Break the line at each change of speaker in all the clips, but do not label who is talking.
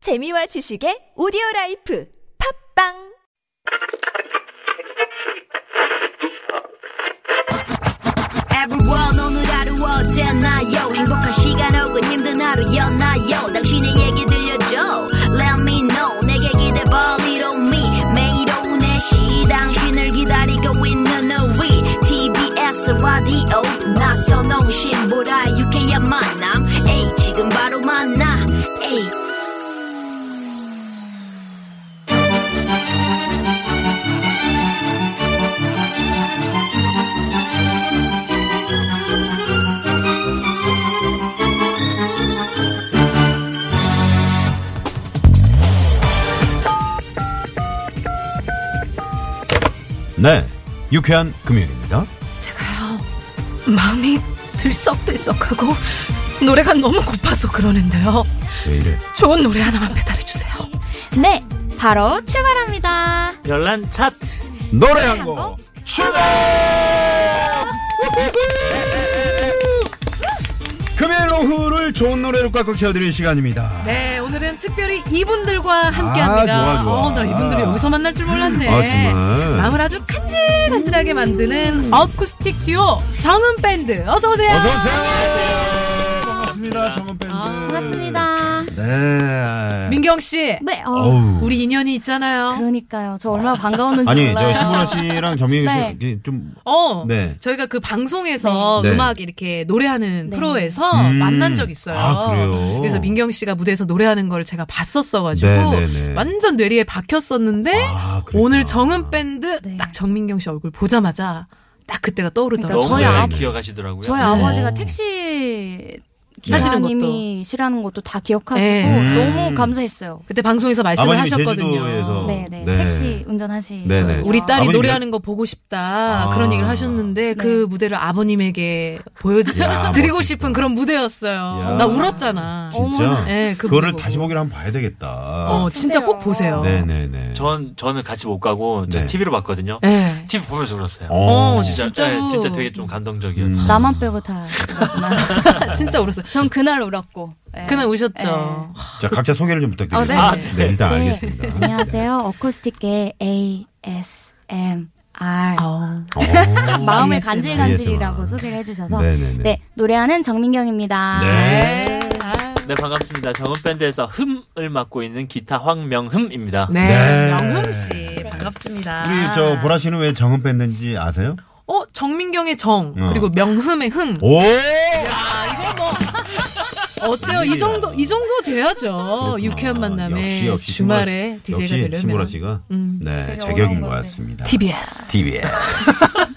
재미와 지식의 오디오 라이프 팝빵
Everyone 오늘 하루 어땠나요 행복한 시간 혹은 힘든 하루였나요 당신의 얘기 들려줘 Let me know 내게 기대봐 Little me 매일 오후 4시 당신을 기다리고 있는 우리 TBS 라디오 나선홍 신보라 유쾌한 만남 에이 지금 바로 만나 에이
네, 유쾌한 금요일입니다.
제가요 마음이 들썩들썩하고 노래가 너무 고파서 그러는데요
왜 이래?
좋은 노래 하나만 배달해 주세요
네, 바로 출발합니다.
별난 차트
노래 한 곡. 출발! 금요일 오후를 좋은 노래로 꽉꽉 채워드리는 시간입니다.
네 오늘은 특별히 이분들과 함께합니다
좋아, 좋아.
어, 나 이분들이 여기서 만날 줄 몰랐네
아, 정말.
마음을 아주 간질간질하게 만드는 어쿠스틱 듀오 정은 밴드 어서 오세요
어서오세요! 반갑습니다, 정은 밴드.
반갑습니다.
네.
민경 씨
네, 어,
어우.
우리 인연이 있잖아요
그러니까요. 저 얼마나 반가웠는지
아니,
몰라요.
저 신보라 씨랑 정민경 씨,
네.
이게 좀,
어
네.
저희가 그 방송에서
네.
음악 이렇게 노래하는
네.
프로에서
음.
만난 적 있어요.
아, 그래요?
래서 민경 씨가 무대에서 노래하는 걸 제가 봤었어가지고
네, 네, 네.
완전 뇌리에 박혔었는데
아, 그랬구나.
오늘 정은 밴드
네.
딱 정민경 씨 얼굴 보자마자 딱 그때가 떠오르더라고요.
너무
그러니까 저희
잘
아버-
기억하시더라고요.
저희 아버지가 택시
네. 하시는
기사님이 싫어하는 것도 다 기억하시고
네.
음.
너무 감사했어요.
그때 방송에서 말씀을
아버님이
하셨거든요.
제주도에서.
네, 네,
네.
택시 운전하시고
네네.
우리 딸이
아버님
노래하는 거 보고 싶다
아.
그런 얘기를 하셨는데
네.
그 무대를 아버님에게
야,
보여드리고
멋지다.
싶은 그런 무대였어요.
야.
나 울었잖아.
진짜?
네, 그
그거를
보고.
다시 보기를 한번 봐야 되겠다.
어, 진짜 꼭 보세요.
아. 네네네.
음. 전 저는 같이 못 가고 저
네.
TV로 봤거든요.
네.
TV 보면서 울었어요.
어,
어,
진짜
진짜로.
예, 진짜 되게 좀 감동적이었어요.
아. 나만 빼고 다.
진짜 울었어요.
전 그날 울었고. 네.
그날 우셨죠.
네.
자, 각자 소개를 좀 부탁드립니다.
아,
어, 네.
네.
네.
일단
네.
알겠습니다.
안녕하세요. 어쿠스틱계 ASMR.
아우.
어.
마음을
ASMR.
간질간질이라고 소개를 해주셔서
네네네.
네 노래하는
아.
정민경입니다.
네.
네 반갑습니다. 정은 밴드에서 흠을 맡고 있는 기타 황명흠입니다.
네.
네.
영흠 씨 반갑습니다.
우리 저 보라 씨는 왜 정은 뺐는지 아세요?
어 정민경의 정
어.
그리고 명흠의 흠.
오!
아 이거 뭐 어때요? 이 정도 이 정도 돼야죠. 어, 유쾌한 만남에
역시, 역시
주말에
신보라 씨-
DJ가
역시
되려면 음.
신보라 씨가 네
되게
제격인
어려운
것
것
같습니다.
TBS.
TBS.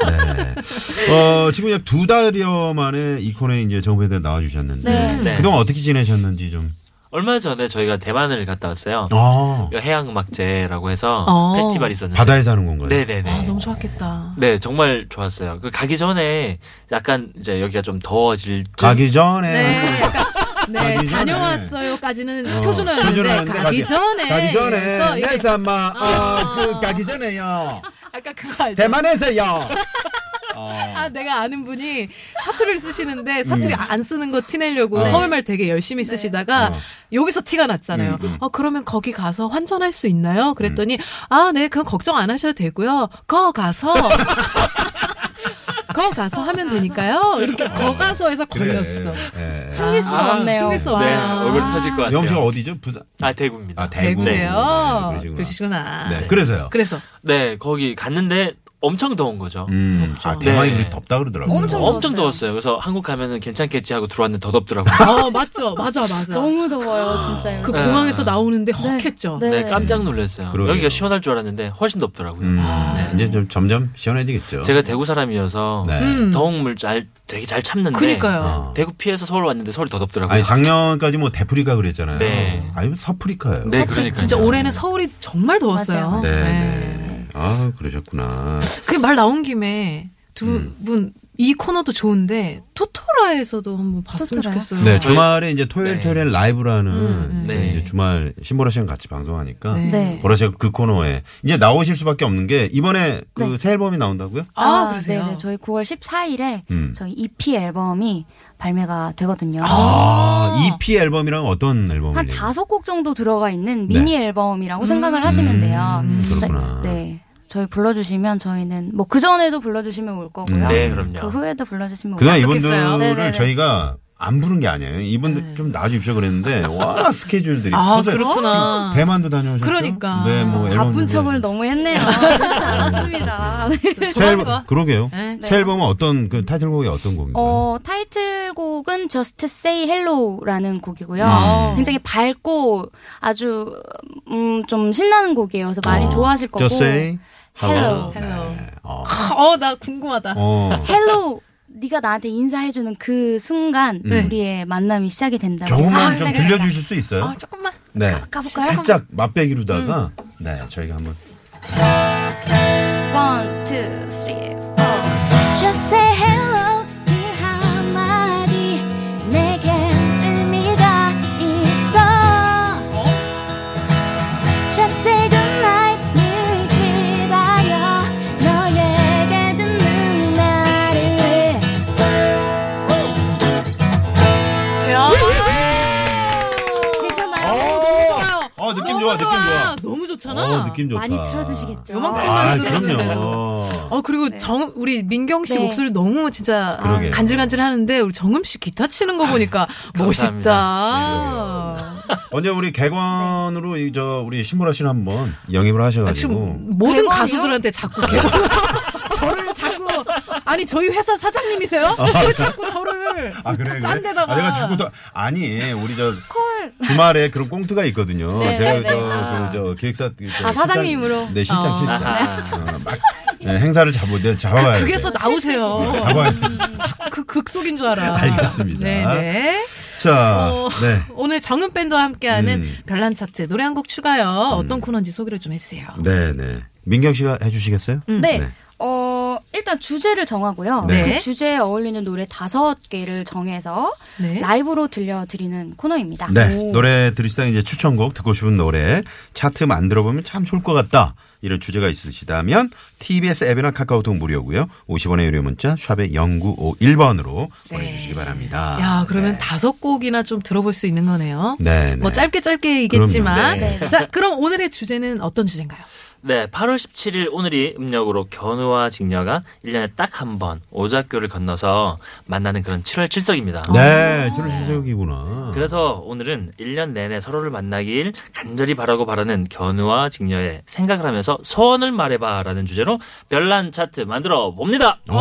네. 어 지금 약 두 달여 만에 이 코너에 이제 정부에 대해 나와주셨는데
네.
네.
그동안 어떻게 지내셨는지 좀.
얼마 전에 저희가 대만을 갔다 왔어요.
아
해양 음악제라고 해서
어.
페스티벌이 있었는데.
바다에 사는 건가요?
네네네.
아, 너무 좋았겠다.
네 정말 좋았어요. 그 가기 전에 약간 이제 여기가 좀 더워질 쯤
가기 전에
네. 약간 네,
가기 전에.
다녀왔어요까지는
어,
표준어였는데
표준어였는데
가기, 전에
가기
이러면서
전에 네.
이게
내 삼아
아.
어그 가기 전에요
아까 그거 알죠?
대만에서요.
아, 내가 아는 분이 사투리를 쓰시는데 사투리 안 쓰는 거 티내려고 서울말 되게 열심히 쓰시다가
어.
여기서 티가 났잖아요. 어, 그러면 거기 가서 환전할 수 있나요? 그랬더니 아, 네, 그건 걱정 안 하셔도 되고요. 거 가서 거 가서 하면 되니까요. 이렇게 거 가서에서 걸렸어.
예.
숨길 수가
아,
없네요.
숨길 수
네,
없어요.
얼굴 터질 것 같아요.
영가 어디죠? 부산.
아 대구입니다.
아, 대구.
대구세요.
네, 그러시구나.
그러시구나.
네, 그래서요.
그래서
네 거기 갔는데 엄청 더운 거죠.
음, 아,
덥죠.
대만이
네.
그리 덥다 그러더라고요.
엄청 더워.
엄청 더웠어요. 그래서 한국 가면은 괜찮겠지 하고 들어왔는데 더 덥더라고요.
어, 맞죠. 맞아, 맞아.
너무 더워요, 진짜.
그
네.
공항에서 나오는데 헉했죠.
네.
네, 깜짝 놀랐어요.
그러게요.
여기가 시원할 줄 알았는데 훨씬 덥더라고요.
음,
네.
이제 좀 점점 시원해지겠죠.
제가 대구 사람이어서
네.
음.
더움을 잘 되게 잘 참는데
그니까요.
어.
대구 피해서 서울 왔는데 서울 더 덥더라고요.
아니 작년까지 뭐 대프리카 그랬잖아요.
네.
아니 뭐 서프리카예요.
네, 그러니까요.
진짜 올해는 서울이 정말 더웠어요. 네.
맞아요.
네, 네. 아 그러셨구나. 음.
그말 나온 김에 두 분 이 코너도 좋은데 토토라에서도 한번 봤으면
토토라요?
좋겠어요.
네, 주말에 이제 토요일
네.
토요일 라이브라는
음,
음.
그
네.
이제 주말 신보라 씨랑 같이 방송하니까
네.
네.
보라 씨가 그 코너에 이제 나오실 수밖에 없는 게 이번에 그 새 앨범이 나온다고요?
아, 그러세요?
네네. 저희 9월 14일에
음.
저희 EP 앨범이 발매가 되거든요.
아, EP 앨범이랑 어떤 앨범을?
한
얘기해요?
다섯 곡 정도 들어가 있는
예. 네.
미니 앨범이라고 생각을 하시면
음,
돼요.
그렇구나.
네, 네. 저희 불러주시면 저희는 뭐 그 전에도 불러주시면 올 거고요.
음.
네,
그
그럼요.
후에도 불러주시면
그냥
올 거고요.
이분들을
어, 네네네. 네.
저희가 안 부른 게 아니에요. 이분들 좀 나와주십시오 그랬는데 워낙 스케줄들이
아,
퍼져-
그렇구나.
대만도 다녀오셨죠.
그러니까.
네, 뭐 앨범 음. 준비하시고.
바쁜 척을 너무 했네요. 아, 그렇지 않았습니다. 네.
새
조만간.
앨범 그러게요.
네.
새 앨범은 어떤 그 타이틀곡이 어떤 곡인가요?
어, 타이틀곡은 Just Say Hello라는 곡이고요.
음.
굉장히 밝고 아주 음, 좀 신나는 곡이에요. 그래서 많이
어,
좋아하실 거고.
Just say hello.
Hello.
네. 어.
어, 나 궁금하다.
어.
헬로 네가 나한테 인사해주는 그 순간
네.
우리의 만남이 시작이 된다고
조금만
해서
좀 들려주실 수 있어요?
아, 조금만.
네.
까볼까요? 음.
살짝 맛배기로다가 네 저희가 한번
One, two, three, four. Just say hello. 이 한마디 내겐 의미가 있어. Just say goodnight. 늘 기다려 너에게 듣는 나를.
야.
괜찮아요?
어, 느낌 좋아, 느낌 좋아.
너무 좋잖아.
어, 느낌 좋다.
많이 틀어주시겠죠?
요만큼만
아,
들었는데도.
그럼요.
어 그리고 정 우리 민경 씨
네.
목소리 너무 진짜
그러게요.
간질간질하는데 우리 정음 씨 기타 치는 거 보니까 멋있다.
네,
감사합니다.
언제 우리 개관으로 이 저 우리 신보라 씨를 한번 영입을 하셔가지고
지금 모든
대박이요?
가수들한테 자꾸 개그 저를 자꾸 아니 저희 회사 사장님이세요? 왜 자꾸 저를
아 그래
딴
그래.
데다가
아, 내가 자꾸 또 아니 우리 저 주말에 그런 꽁트가 있거든요.
네,
제가
네, 네.
저그저 기획사 그, 저
아, 사장님으로.
실장, 네 실장
어.
실장
아하.
어, 막 네, 행사를 잡아 내 잡아야 돼.
그게서 나오세요.
네, 잡아야 돼.
자꾸 그 극속인 줄 알아.
알겠습니다.
네네.
자,
어,
네.
오늘 정은 밴드와 함께하는
음.
별난 차트 노래 한 곡 추가요. 어떤 코너인지 소개를 좀 해주세요.
네, 네. 민경 씨가 해주시겠어요?
음.
네.
네.
어, 일단 주제를 정하고요.
네.
그 주제에 어울리는 노래 다섯 개를 정해서
네.
라이브로 들려드리는
아,
코너입니다.
네.
오.
노래 들으시다 이제 추천곡 듣고 싶은 노래 차트 만들어 보면 참 좋을 것 같다. 이런 주제가 있으시다면 TBS 앱이나 카카오톡 무료고요. 50원의 유료 문자 샵의 0951번으로 보내주시기 바랍니다.
네. 야, 그러면
네.
다섯 곡이나 좀 들어볼 수 있는 거네요.
네, 네.
뭐 짧게 짧게 이겠지만.
그럼요.
네.
자, 그럼 오늘의 주제는 어떤 주제인가요?
네, 8월 17일 오늘이 음력으로 견우와 직녀가 1년에 딱 한 번 오작교를 건너서 만나는 그런 7월 7석입니다.
아.
네, 저런 시적이구나.
그래서 오늘은 1년 내내 서로를 만나길 간절히 바라고 바라는 견우와 직녀의 생각을 하면서 소원을 말해봐 라는 주제로 별난 차트 만들어 봅니다.
음.
오,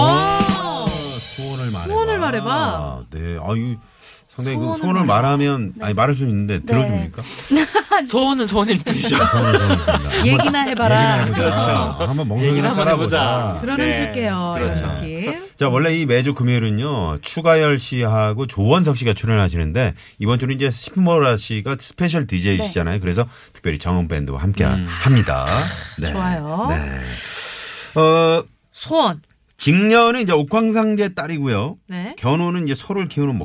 소원을 말해봐.
아. 소원을 말해봐.
아, 네, 아유. 상당히
소원을 네.
그 소원을 말하면 아니 말할 수 있는데 들어줍니까?
소원은 소원일 뿐이죠.
소원을 들어줍니다.
얘기나 해봐라.
얘기나 해보자. 아, 한번 멍석이
그렇죠. 얘기나 한번
깔아보자.
해보자.
들어는
네,
줄게요.
그렇죠.
이런 느낌.
자, 원래 이 매주 금요일은요, 추가열 씨하고 조원석 씨가 출연하시는데, 이번 주는 이제 신보라 씨가 스페셜 DJ시잖아요.
네.
그래서 특별히 정은밴드와 함께 합니다. 네.
음. 아, 좋아요.
네. 어,
소원.
직녀는 이제 옥황상제 딸이고요.
네.
견우는 이제 소를 키우는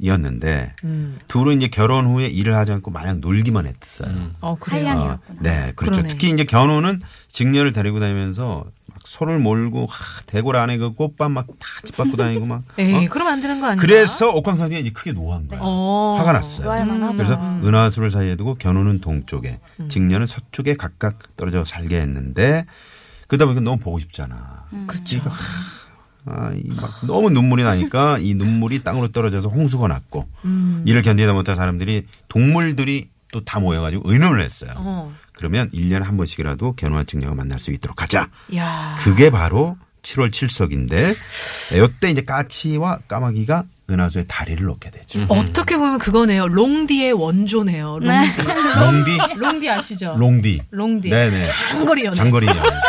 목동이었는데,
음.
둘은 이제 결혼 후에 일을 하지 않고 마냥 놀기만 했어요.
음.
어,
한량이-
그래요.
아, 네, 그렇죠.
그러네.
특히 이제 견우는 직녀를 데리고 다니면서 막 소를 몰고 하, 대궐 안에 그 꽃밭 막다 짓밟고 다니고 막.
에이,
어?
예, 그럼 안 되는 거 아니야?
그래서 옥황상제가 이제 크게 노한 거야.
어.
화가 났어요. 음.
노할만 하죠.
네. 그래서
음.
은하수를 사이에 두고 견우는 동쪽에,
음.
직녀는 서쪽에 각각 떨어져 살게 했는데 그러다 보니까 너무 보고 싶잖아.
그렇죠.
그러니까 아, 이 막 너무 눈물이 나니까 이 눈물이 땅으로 떨어져서 홍수가 났고
음.
이를 견디다 못한 사람들이 동물들이 또 다 모여가지고 의논을 했어요.
어.
그러면 1년에 한 번씩이라도 견우와 직녀가 만날 수 있도록 하자.
야.
그게 바로 7월 7석인데 이때 이제 까치와 까마귀가 은하수에 다리를 놓게
음.
되죠.
어떻게 보면 그거네요. 롱디의 원조네요. 롱디.
롱디,
롱디 아시죠?
롱디,
롱디.
네네.
장거리 연애.
장거리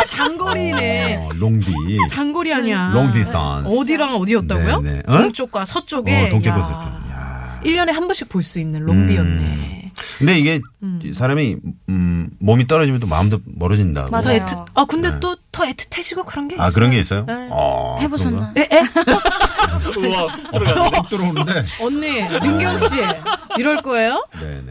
장거리네.
어, 롱디,
장거리 아니야.
롱 디스턴스.
어디랑 어디였다고요?
네, 네. 어?
동쪽과 서쪽에.
어, 동쪽과 음.
야.
서쪽. 야.
1년에 한 번씩 볼 수 있는 롱디였네.
근데 이게 사람이 음, 몸이 떨어지면 또 마음도 멀어진다고.
더
맞아요.
애틋, 아, 근데 또 더 애틋해지고 그런 게 있어요.
네. 아 그런 게 있어요?
네.
어,
해보셨나요?
에, 에?
우와,
그런가? 어, 막 들어오는데.
언니, 윤경 씨. 이럴 거예요?
네네.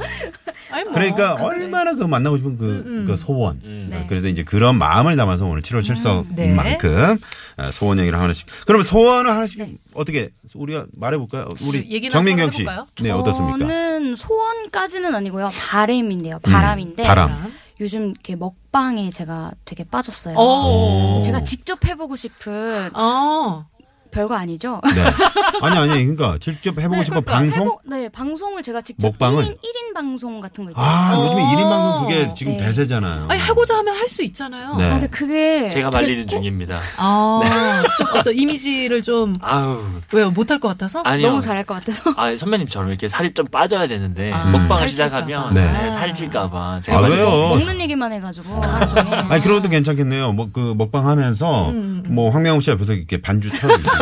아니, 뭐.
그러니까 얼마나 그 만나고 싶은 그, 그 소원.
네.
그래서 이제 그런 마음을 담아서 오늘 7월 7석인
네.
만큼 어, 소원 얘기를 하나씩. 그러면 소원을 하나씩 어떻게 우리가 말해볼까요? 우리
얘기나
정민경 씨.
소원해볼까요?
네, 어떻습니까?
저는 소원까지는 아니고요. 바람인데요. 바람인데
음, 바람.
요즘 이렇게 먹방에 제가 되게 빠졌어요.
어.
오.
제가 직접 해보고 싶은
어.
별거 아니죠?
네. 아니, 아니, 그러니까 직접 해보고 싶은 방송?
해보- 네, 방송을 제가 직접
먹방을?
1인, 1인 방송 같은 거 있죠.
아, 요즘에
어.
1인 방송 그게 지금
네.
대세잖아요.
아니, 하고자 하면 할 수 있잖아요.
네.
아, 근데 그게
제가
되게
말리는 중입니다.
아, 좀 어떤 이미지를 좀,
아우.
왜요? 못할 것 같아서?
아니요.
너무 잘할 것 같아서.
아, 선배님처럼 이렇게 살이 좀 빠져야 되는데
아, 살찔까
먹방을
봐.
시작하면
네.
네, 살찔까봐
아,
제가
왜요?
뭐 먹는 얘기만 해가지고 하루 종일.
아니, 그래도 괜찮겠네요. 뭐, 그, 먹방 하면서, 뭐, 황명호 씨 옆에서 이렇게 반주 쳐주시고,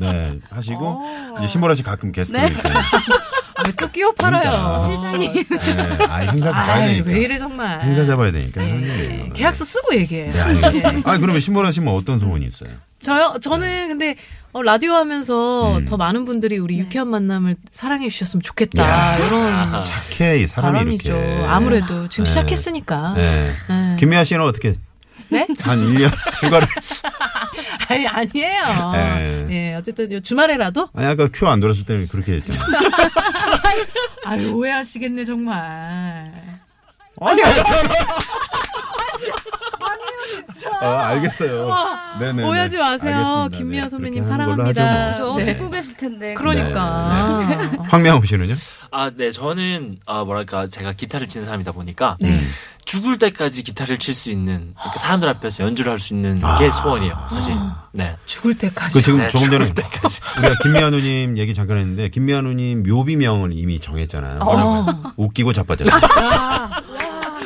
네, 하시고, 이제 신보라 씨 가끔 게스트 로 이렇게.
왜또 끼워 팔아요?
그러니까.
실장님.
네, 아, 행사 잡아야
아이, 왜
되니까.
이래, 정말.
행사 잡아야 되니까.
네,
형님.
계약서 쓰고 얘기해요.
네, 알겠습니다. 아, 그러면 신보라 씨는 어떤 소원이 있어요?
저요? 저는 근데 어, 라디오 하면서
음.
더 많은 분들이 우리 유쾌한 만남을 사랑해 주셨으면 좋겠다.
아.
이런
착해, 이 사람이
바람이죠.
이렇게.
아무래도 지금
네.
시작했으니까.
네.
네.
김미아 씨는 어떻게
네?
한 1년 휴가를.
아니, 아니에요.
네.
예, 어쨌든 요 주말에라도?
아니, 아까 큐 안 들었을 때는 그렇게 했잖아요.
아유, 오해하시겠네, 정말.
아니, 아니, 아니. 아, 알겠어요. 네네. 네,
오해하지 마세요. 김미아 선배님 사랑합니다.
저
네.
듣고 계실 텐데.
그러니까.
뭐. 네. 황명호 씨는요?
아, 네, 저는 아, 뭐랄까 제가 기타를 치는 사람이다 보니까
네.
음.
죽을 때까지 기타를 칠 수 있는 그러니까 사람들 앞에서 연주를 할 수 있는
아.
게 소원이에요, 사실.
아.
네.
죽을 때까지.
그 지금
네,
조금 전에
죽을 때까지.
우리가 김미아 누님 얘기 잠깐 했는데 김미아 누님 묘비명을 이미 정했잖아요.
어.
웃기고 자빠졌네.
아.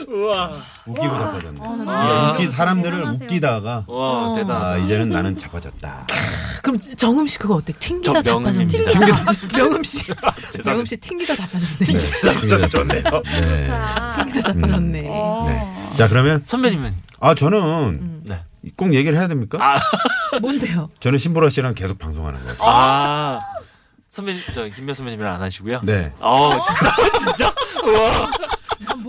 우와.
웃기고 자빠졌네. 그러니까
아,
웃기 사람들을 웃기다가
와, 대단.
아, 이제는 나는 자빠졌다.
그럼 정음 씨 그거 어때? 튕기다
저
자빠졌네.
명음입니다.
명음 씨.
죄송합니다.
명음 씨 튕기다 자빠졌네.
네.
진짜
네.
좋네요.
그러니까.
튕기다 자빠졌네.
네. 자 그러면
선배님은
아
음.
저는
네.
꼭 얘기를 해야 됩니까?
뭔데요?
저는 신보라 씨랑 계속 방송하는 거예요.
아. 선배님 저 김미아 선배님이랑 안 하시고요.
네.
어, 진짜 진짜. 우와.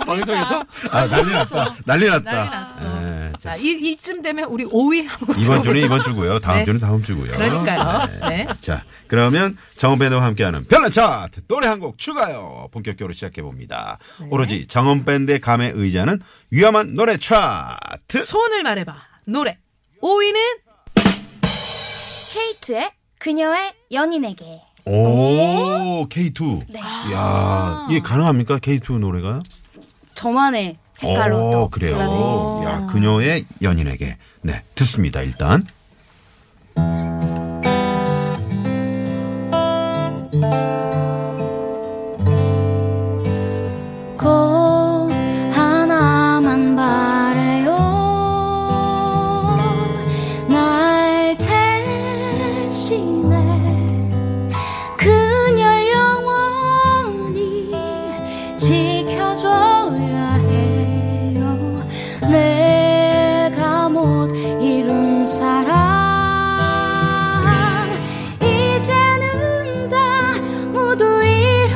방송에서
아 난리 났다. 난리 났다.
난리 났어.
네.
자, 이, 이쯤 되면 우리 5위 하고
이번 주는
들어보죠.
이번 주고요. 다음
네.
주는 다음 주고요.
그러니까요. 네.
자, 그러면 정은 밴드와 함께하는 별난 차트 노래 한 곡 추가요. 본격적으로 시작해 봅니다.
네.
오로지 정은 밴드의 감에 의자는 위험한 노래 차트.
소원을 말해봐. 노래. 5위는
K2의 그녀의 연인에게.
오, K2.
네.
야,
아.
이게 가능합니까? K2 노래가?
저만의 색깔로.
오,
또
그래요.
골라드리겠습니다.
야, 그녀의 연인에게. 네, 듣습니다. 일단.
꽃 하나만 바래요 날 대신해 그녀 영원히 지켜줘야 해요 내가 못 이룬 사랑 이제는 다 모두 이룰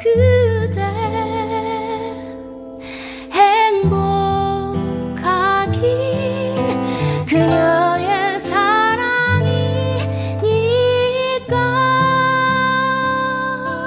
그대 행복하기 그녀의
야,
진짜
사랑이니까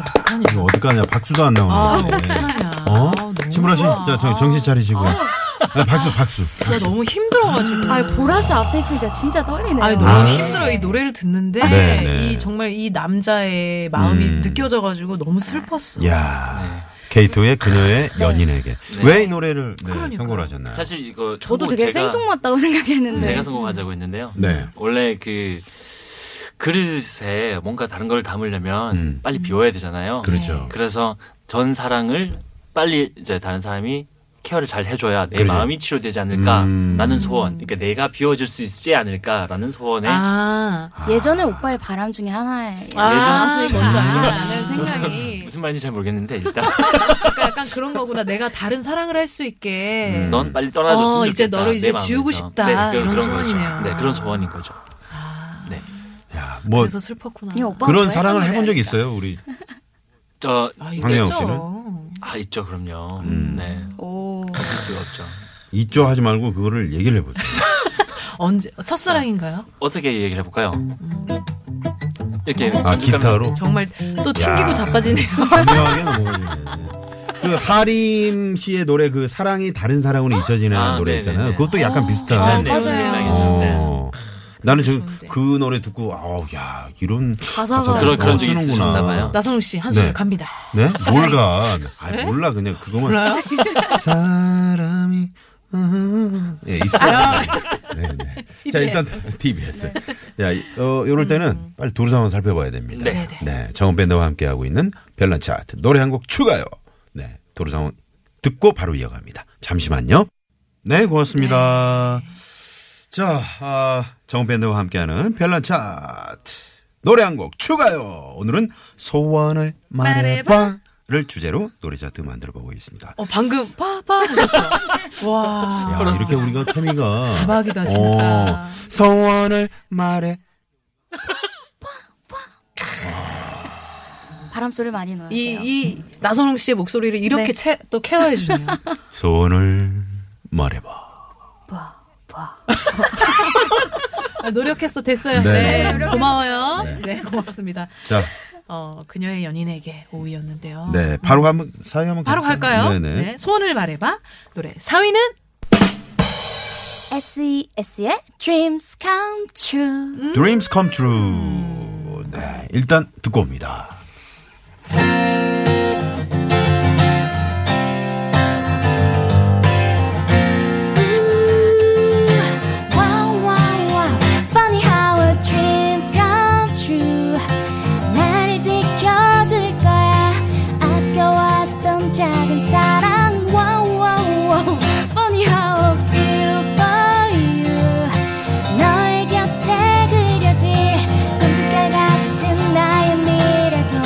어떡하냐.
이거 어떡하냐. 박수도 안
아,
나오네.
어떡하냐.
어?
아, 너무
신보라 씨,
좋아.
자, 저 정신 차리시고. 아, 박수, 박수.
나 너무 힘들어가지고.
아 보라씨 앞에 있으니까 진짜 떨리네요.
아니 너무
아.
힘들어 이 노래를 듣는데
네, 네.
이 정말 이 남자의 마음이
음.
느껴져가지고 너무 슬펐어.
야 케이토의 그녀의 연인에게 왜 이 노래를 네,
그러니까요.
선곡을 하셨나요?
사실 이거
저도
선곡
되게
제가-
생뚱맞다고 생각했는데.
제가 성공하자고 했는데요.
네.
원래 그 그릇에 뭔가 다른 걸 담으려면
음.
빨리 비워야 되잖아요.
그렇죠.
그래서 전 사랑을 빨리 이제 다른 사람이 케어를 잘 해줘야 내
그러죠.
마음이 치료되지 않을까라는
그렇죠. 음.
소원. 그러니까 내가 비워질 수 있지 않을까라는 소원에
아.
예전에 오빠의 바람 중에 하나에
아,
예전-
뭔지
아.
알겠다는 생각이.
무슨 말인지 잘 모르겠는데 일단
그러니까 약간 그런 거구나. 내가 다른 사랑을 할 수 있게.
음.
넌 빨리 떠나줬으면
어,
좋겠다.
이제 너를
내
이제
마음에서.
지우고 싶다. 이런
거죠.
소원이네요.
네, 그런 소원인 거죠.
아,
네.
야, 뭐
그래서 슬펐구나.
이 네, 오빠
그런 사랑을 해본 적 있어요, 우리.
저,
아, 어.
황혜영
있겠죠.
아, 있죠, 그럼요.
음.
네.
오.
있을 수가 없죠.
있죠 하지 말고 그거를 얘기를 해보세요.
언제 첫사랑인가요?
어떻게 얘기를 해볼까요? 이렇게.
아, 기타로?
정말 또 튕기고 자빠지네요.
분명하게 넘어가지네. 그 하림 씨의 노래 그 사랑이 다른 사랑으로 잊혀지는
아,
노래
네네네.
있잖아요. 그것도 약간 비슷한.
비슷한 내용,
맞아요.
맥락이죠. 네.
어. 나는 지금
좋은데.
그 노래 듣고 아우 야 이런
가사가
그런
어,
그런 적이
쓰는구나.
있으셨나 봐요.
나성욱 씨, 한숨
네.
갑니다.
네? 뭘 가? 아 몰라 그냥 그거만
몰라요?
사람이 예 있어요. 네, 네. 자 일단 TBS. 네. 야 이- 어, 이럴 때는 빨리 도로 상황 살펴봐야 됩니다.
네.
네.
네, 정원 밴드와 함께하고 있는 별난 차트 노래 한 곡 추가요. 네, 도로 상황 듣고 바로 이어갑니다. 잠시만요. 네, 고맙습니다. 자, 아, 정원 밴드와 함께하는 별난 차트 노래 한 곡 추가요. 오늘은 소원을 말해봐를 주제로 노래 차트 만들어 보고 있습니다.
어, 방금 파파 하셨죠? 와.
야, 이렇게 우리가 케미가
대박이다, 아, 진짜.
어, 소원을 말해.
바람 소리를 많이 넣어요.
이, 이 나선홍 씨의 목소리를 이렇게
네.
채, 또 케어해 주네요.
소원을 말해봐.
아, 노력했어 됐어요.
네.
네, 고마워요. 네. 고맙습니다.
자,
어 그녀의 연인에게 오이였는데요.
네, 바로 한번 사회 한번
음. 바로 갈까요?
네네.
네, 소원을 말해봐. 노래 4위는
SES의 E Dreams Come True.
음.
Dreams Come True. 네, 일단 듣고 옵니다.
Wow, wow, wow. Funny how our dreams come true. 나를 지켜줄 거야. 아까웠던 작은 사랑. Wow, wow, wow. Funny how I feel for you. 너의 곁에 그려질 꿈결 같은 나의 미래도.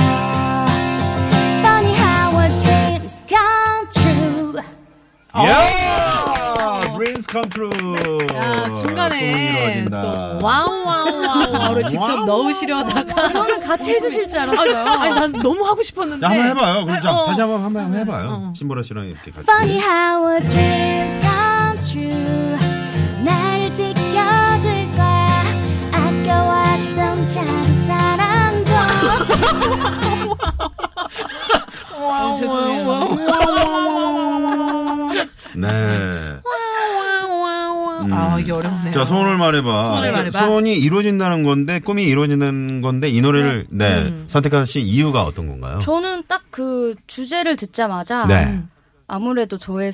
Funny how our dreams come true.
어.
야! Dreams Come True.
아,
꿈이
중간에 또
이루어진다.
와우 와우 와우 와우를 직접
와우,
넣으시려다가
저는 같이 해주실 줄 알았어요.
아니 난 너무 하고 싶었는데
야, 네, 한번 해봐요. 그럼 자,
어,
다시 한번 한번 해봐요. 신보라 씨랑 이렇게 같이.
Funny how our dreams come true. 나를 지켜줄 거야. 아까웠던 작은 사랑도.
어, 죄송해요.
네. 음.
아 이게 어렵네요.
자, 소원을 말해봐.
소원을 말해봐.
소원이 이루어진다는 건데, 꿈이 이루어지는 건데, 이 노래를, 네,
음.
선택하신 이유가 어떤 건가요?
저는 딱 그 주제를 듣자마자
음.
네.
아무래도 저의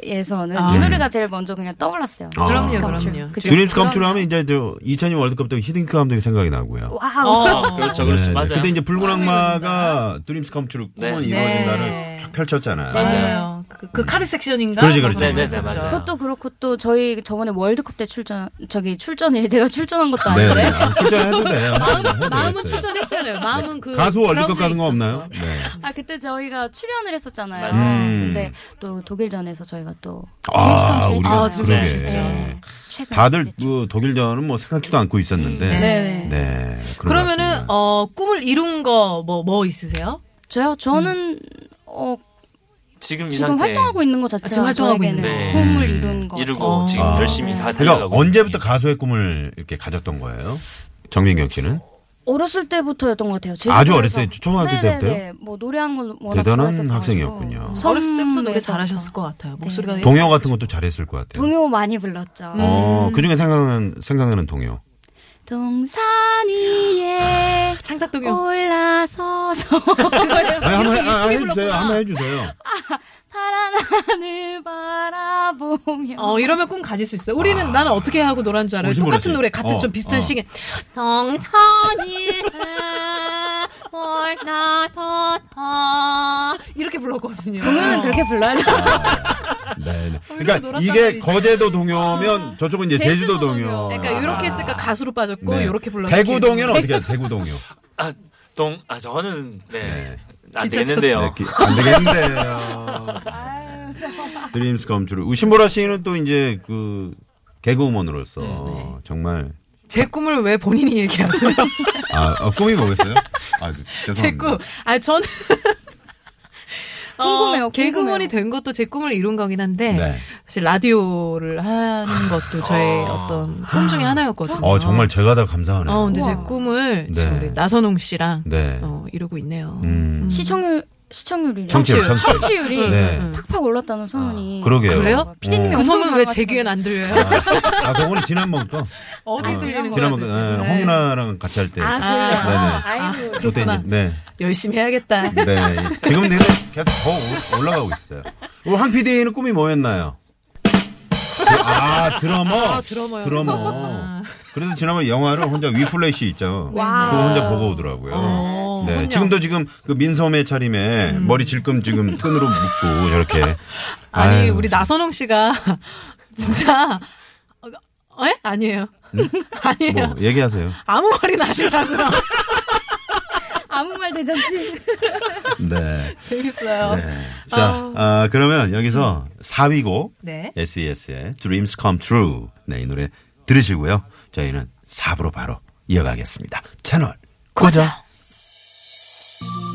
세대에서는
아.
네.
이 노래가 제일 먼저 그냥 떠올랐어요.
아.
그럼요
Come True.
그럼요.
그죠?
드림스 컴투로 하면 이제 저 2002년 월드컵 때 히딩크 감독이 생각이 나고요.
와우.
어, 그렇죠, 그렇죠.
네, 네.
맞아요.
근데 이제 붉은 악마가 드림스 컴투로
네.
꿈은
네.
이루어진다를 쫙 펼쳤잖아요.
그러니까. 맞아요. 그, 그 카드
네.
섹션인가?
그러지, 그러지.
뭐
네, 네,
그런 거
네, 맞아요.
그것도 그렇고 또 저희 저번에 월드컵 때 출전 저기 출전이 내가 출전한 것도
네,
아닌데
네. 아, 출전해도 돼요.
마음은,
해도
마음은
되겠어요.
출전했잖아요. 마음은 그
네, 가수 월드컵
그라운드에
가는 거
있었어.
없나요? 네.
아 그때 저희가 출연을 했었잖아요.
맞아요.
음.
근데 또 독일전에서 저희가 또
아,
드림스 컴투로
우리가
아,
그
네. 드림스
러게
컴투로 했죠.
최근
다들 그 독일전은 뭐 생각지도 않고 있었는데.
음,
네.
네. 그런 것
그러면은
같습니다.
어 꿈을 이룬 거 뭐 뭐 있으세요?
저요 저는 어
지금 음, 이
지금
상태
활동하고 있는 것 자체가
아, 지금 활동하고
저에게는
있는 거.
꿈을
네.
이룬 거
이루고
어.
지금
아.
열심히 다
그러니까
되려고
언제부터
있는
가수의 꿈을 이렇게 가졌던 거예요? 정민경 씨는?
어렸을 때부터였던 것 같아요.
아주
제주도에서.
어렸을 때, 초등학교 때부터요?
네네네. 뭐 노래한 걸 워낙
대단한
좋아했었어가지고.
학생이었군요.
섬에서
어렸을 때부터 노래
막
잘하셨을 것 같아요. 목소리가
동요 같은 것도 잘했을 것 같아요.
동요 많이 불렀죠.
음.
어, 그 중에 생각나는, 생각나는 동요.
동산 위에
창작 동요.
올라서서
아니, 한번 해, 아, 해주세요. 한번 해주세요.
파란 하늘 바라보며.
어 이러면 꿈 가질 수 있어요. 우리는 나는 어떻게 하고 노란 줄 알아요.
무슨
똑같은
어, 노래지?
노래 같은
어,
좀 비슷한
어.
시계. 정선이 아, 어, 널나타타 이렇게 불렀거든요.
공연은 그렇게 불러야죠.
네. 네.
놀았단
그러니까 이게
말이지.
거제도 동요면 저쪽은 이제 제주도,
제주도
동요. 아,
그러니까 이렇게 했으니까 가수로 빠졌고
네.
이렇게 불렀.
대구 동요는 어떻게 해요? 대구 동요.
아, 동, 아, 저는, 네. 안
기타
되겠는데요.
네, 기- 안 되겠는데요. 드림스 컴트루. 우신보라 씨는 또 이제 그 개그우먼으로서
음, 네.
정말
제 꿈을 왜 본인이 얘기하세요?
아, 어, 꿈이 뭐겠어요? 아, 죄송합니다.
제 꿈. 아 저는 어,
궁금해요, 궁금해요.
개그맨이 된 것도 제 꿈을 이룬 거긴 한데
네.
사실 라디오를 하는 것도 저의
아.
어떤 꿈 중에 하나였거든요.
어, 정말 제가 다 감사하네요.
어, 근데 제 꿈을 지금
네.
우리 나선홍 씨랑
네.
어, 이루고 있네요.
음.
시청률 시청률이
청취율, 청취율.
청취율이
네. 아,
팍팍 올랐다는 소문이. 음.
그러게요.
아, 그래요?
피디님이
그 소문 왜 제
기
귀엔 안 들려요? 아,
아, 그거는 지난번
뭐
거.
어디 들리는 거야?
지난번 거, 예,
도대체?
네. 홍윤아랑 같이 할 때.
아,
네네.
그래요? 아이고.
그때 이제,
네. 그렇구나.
네.
열심히 해야겠다.
네. 지금 내는 계속 더 올- 올라가고 있어요. 우리 황 PD는 꿈이 뭐였나요? 아, 드러머.
아, 드러머요.
드러머.
아.
그래서 지난번에 영화를 혼자 위플래시 있죠. 그거 혼자 보고 오더라고요.
어,
네.
혼자. 음.
지금도 지금 그 민소매 차림에 머리 질금 지금 끈으로 묶고 저렇게.
아니
아유,
우리 나선홍 씨가 진짜 어, 에? 아니에요. 아니에요.
뭐, 얘기하세요.
아무 말이나 하시라고요.
아무 말 대잔치.
네.
재밌어요.
네. 자, 아, 그러면 여기서 4위곡
네.
SES의 Dreams Come True. 네, 이 노래 들으시고요. 저희는 4부로 바로 이어가겠습니다. 채널 고정.
고자.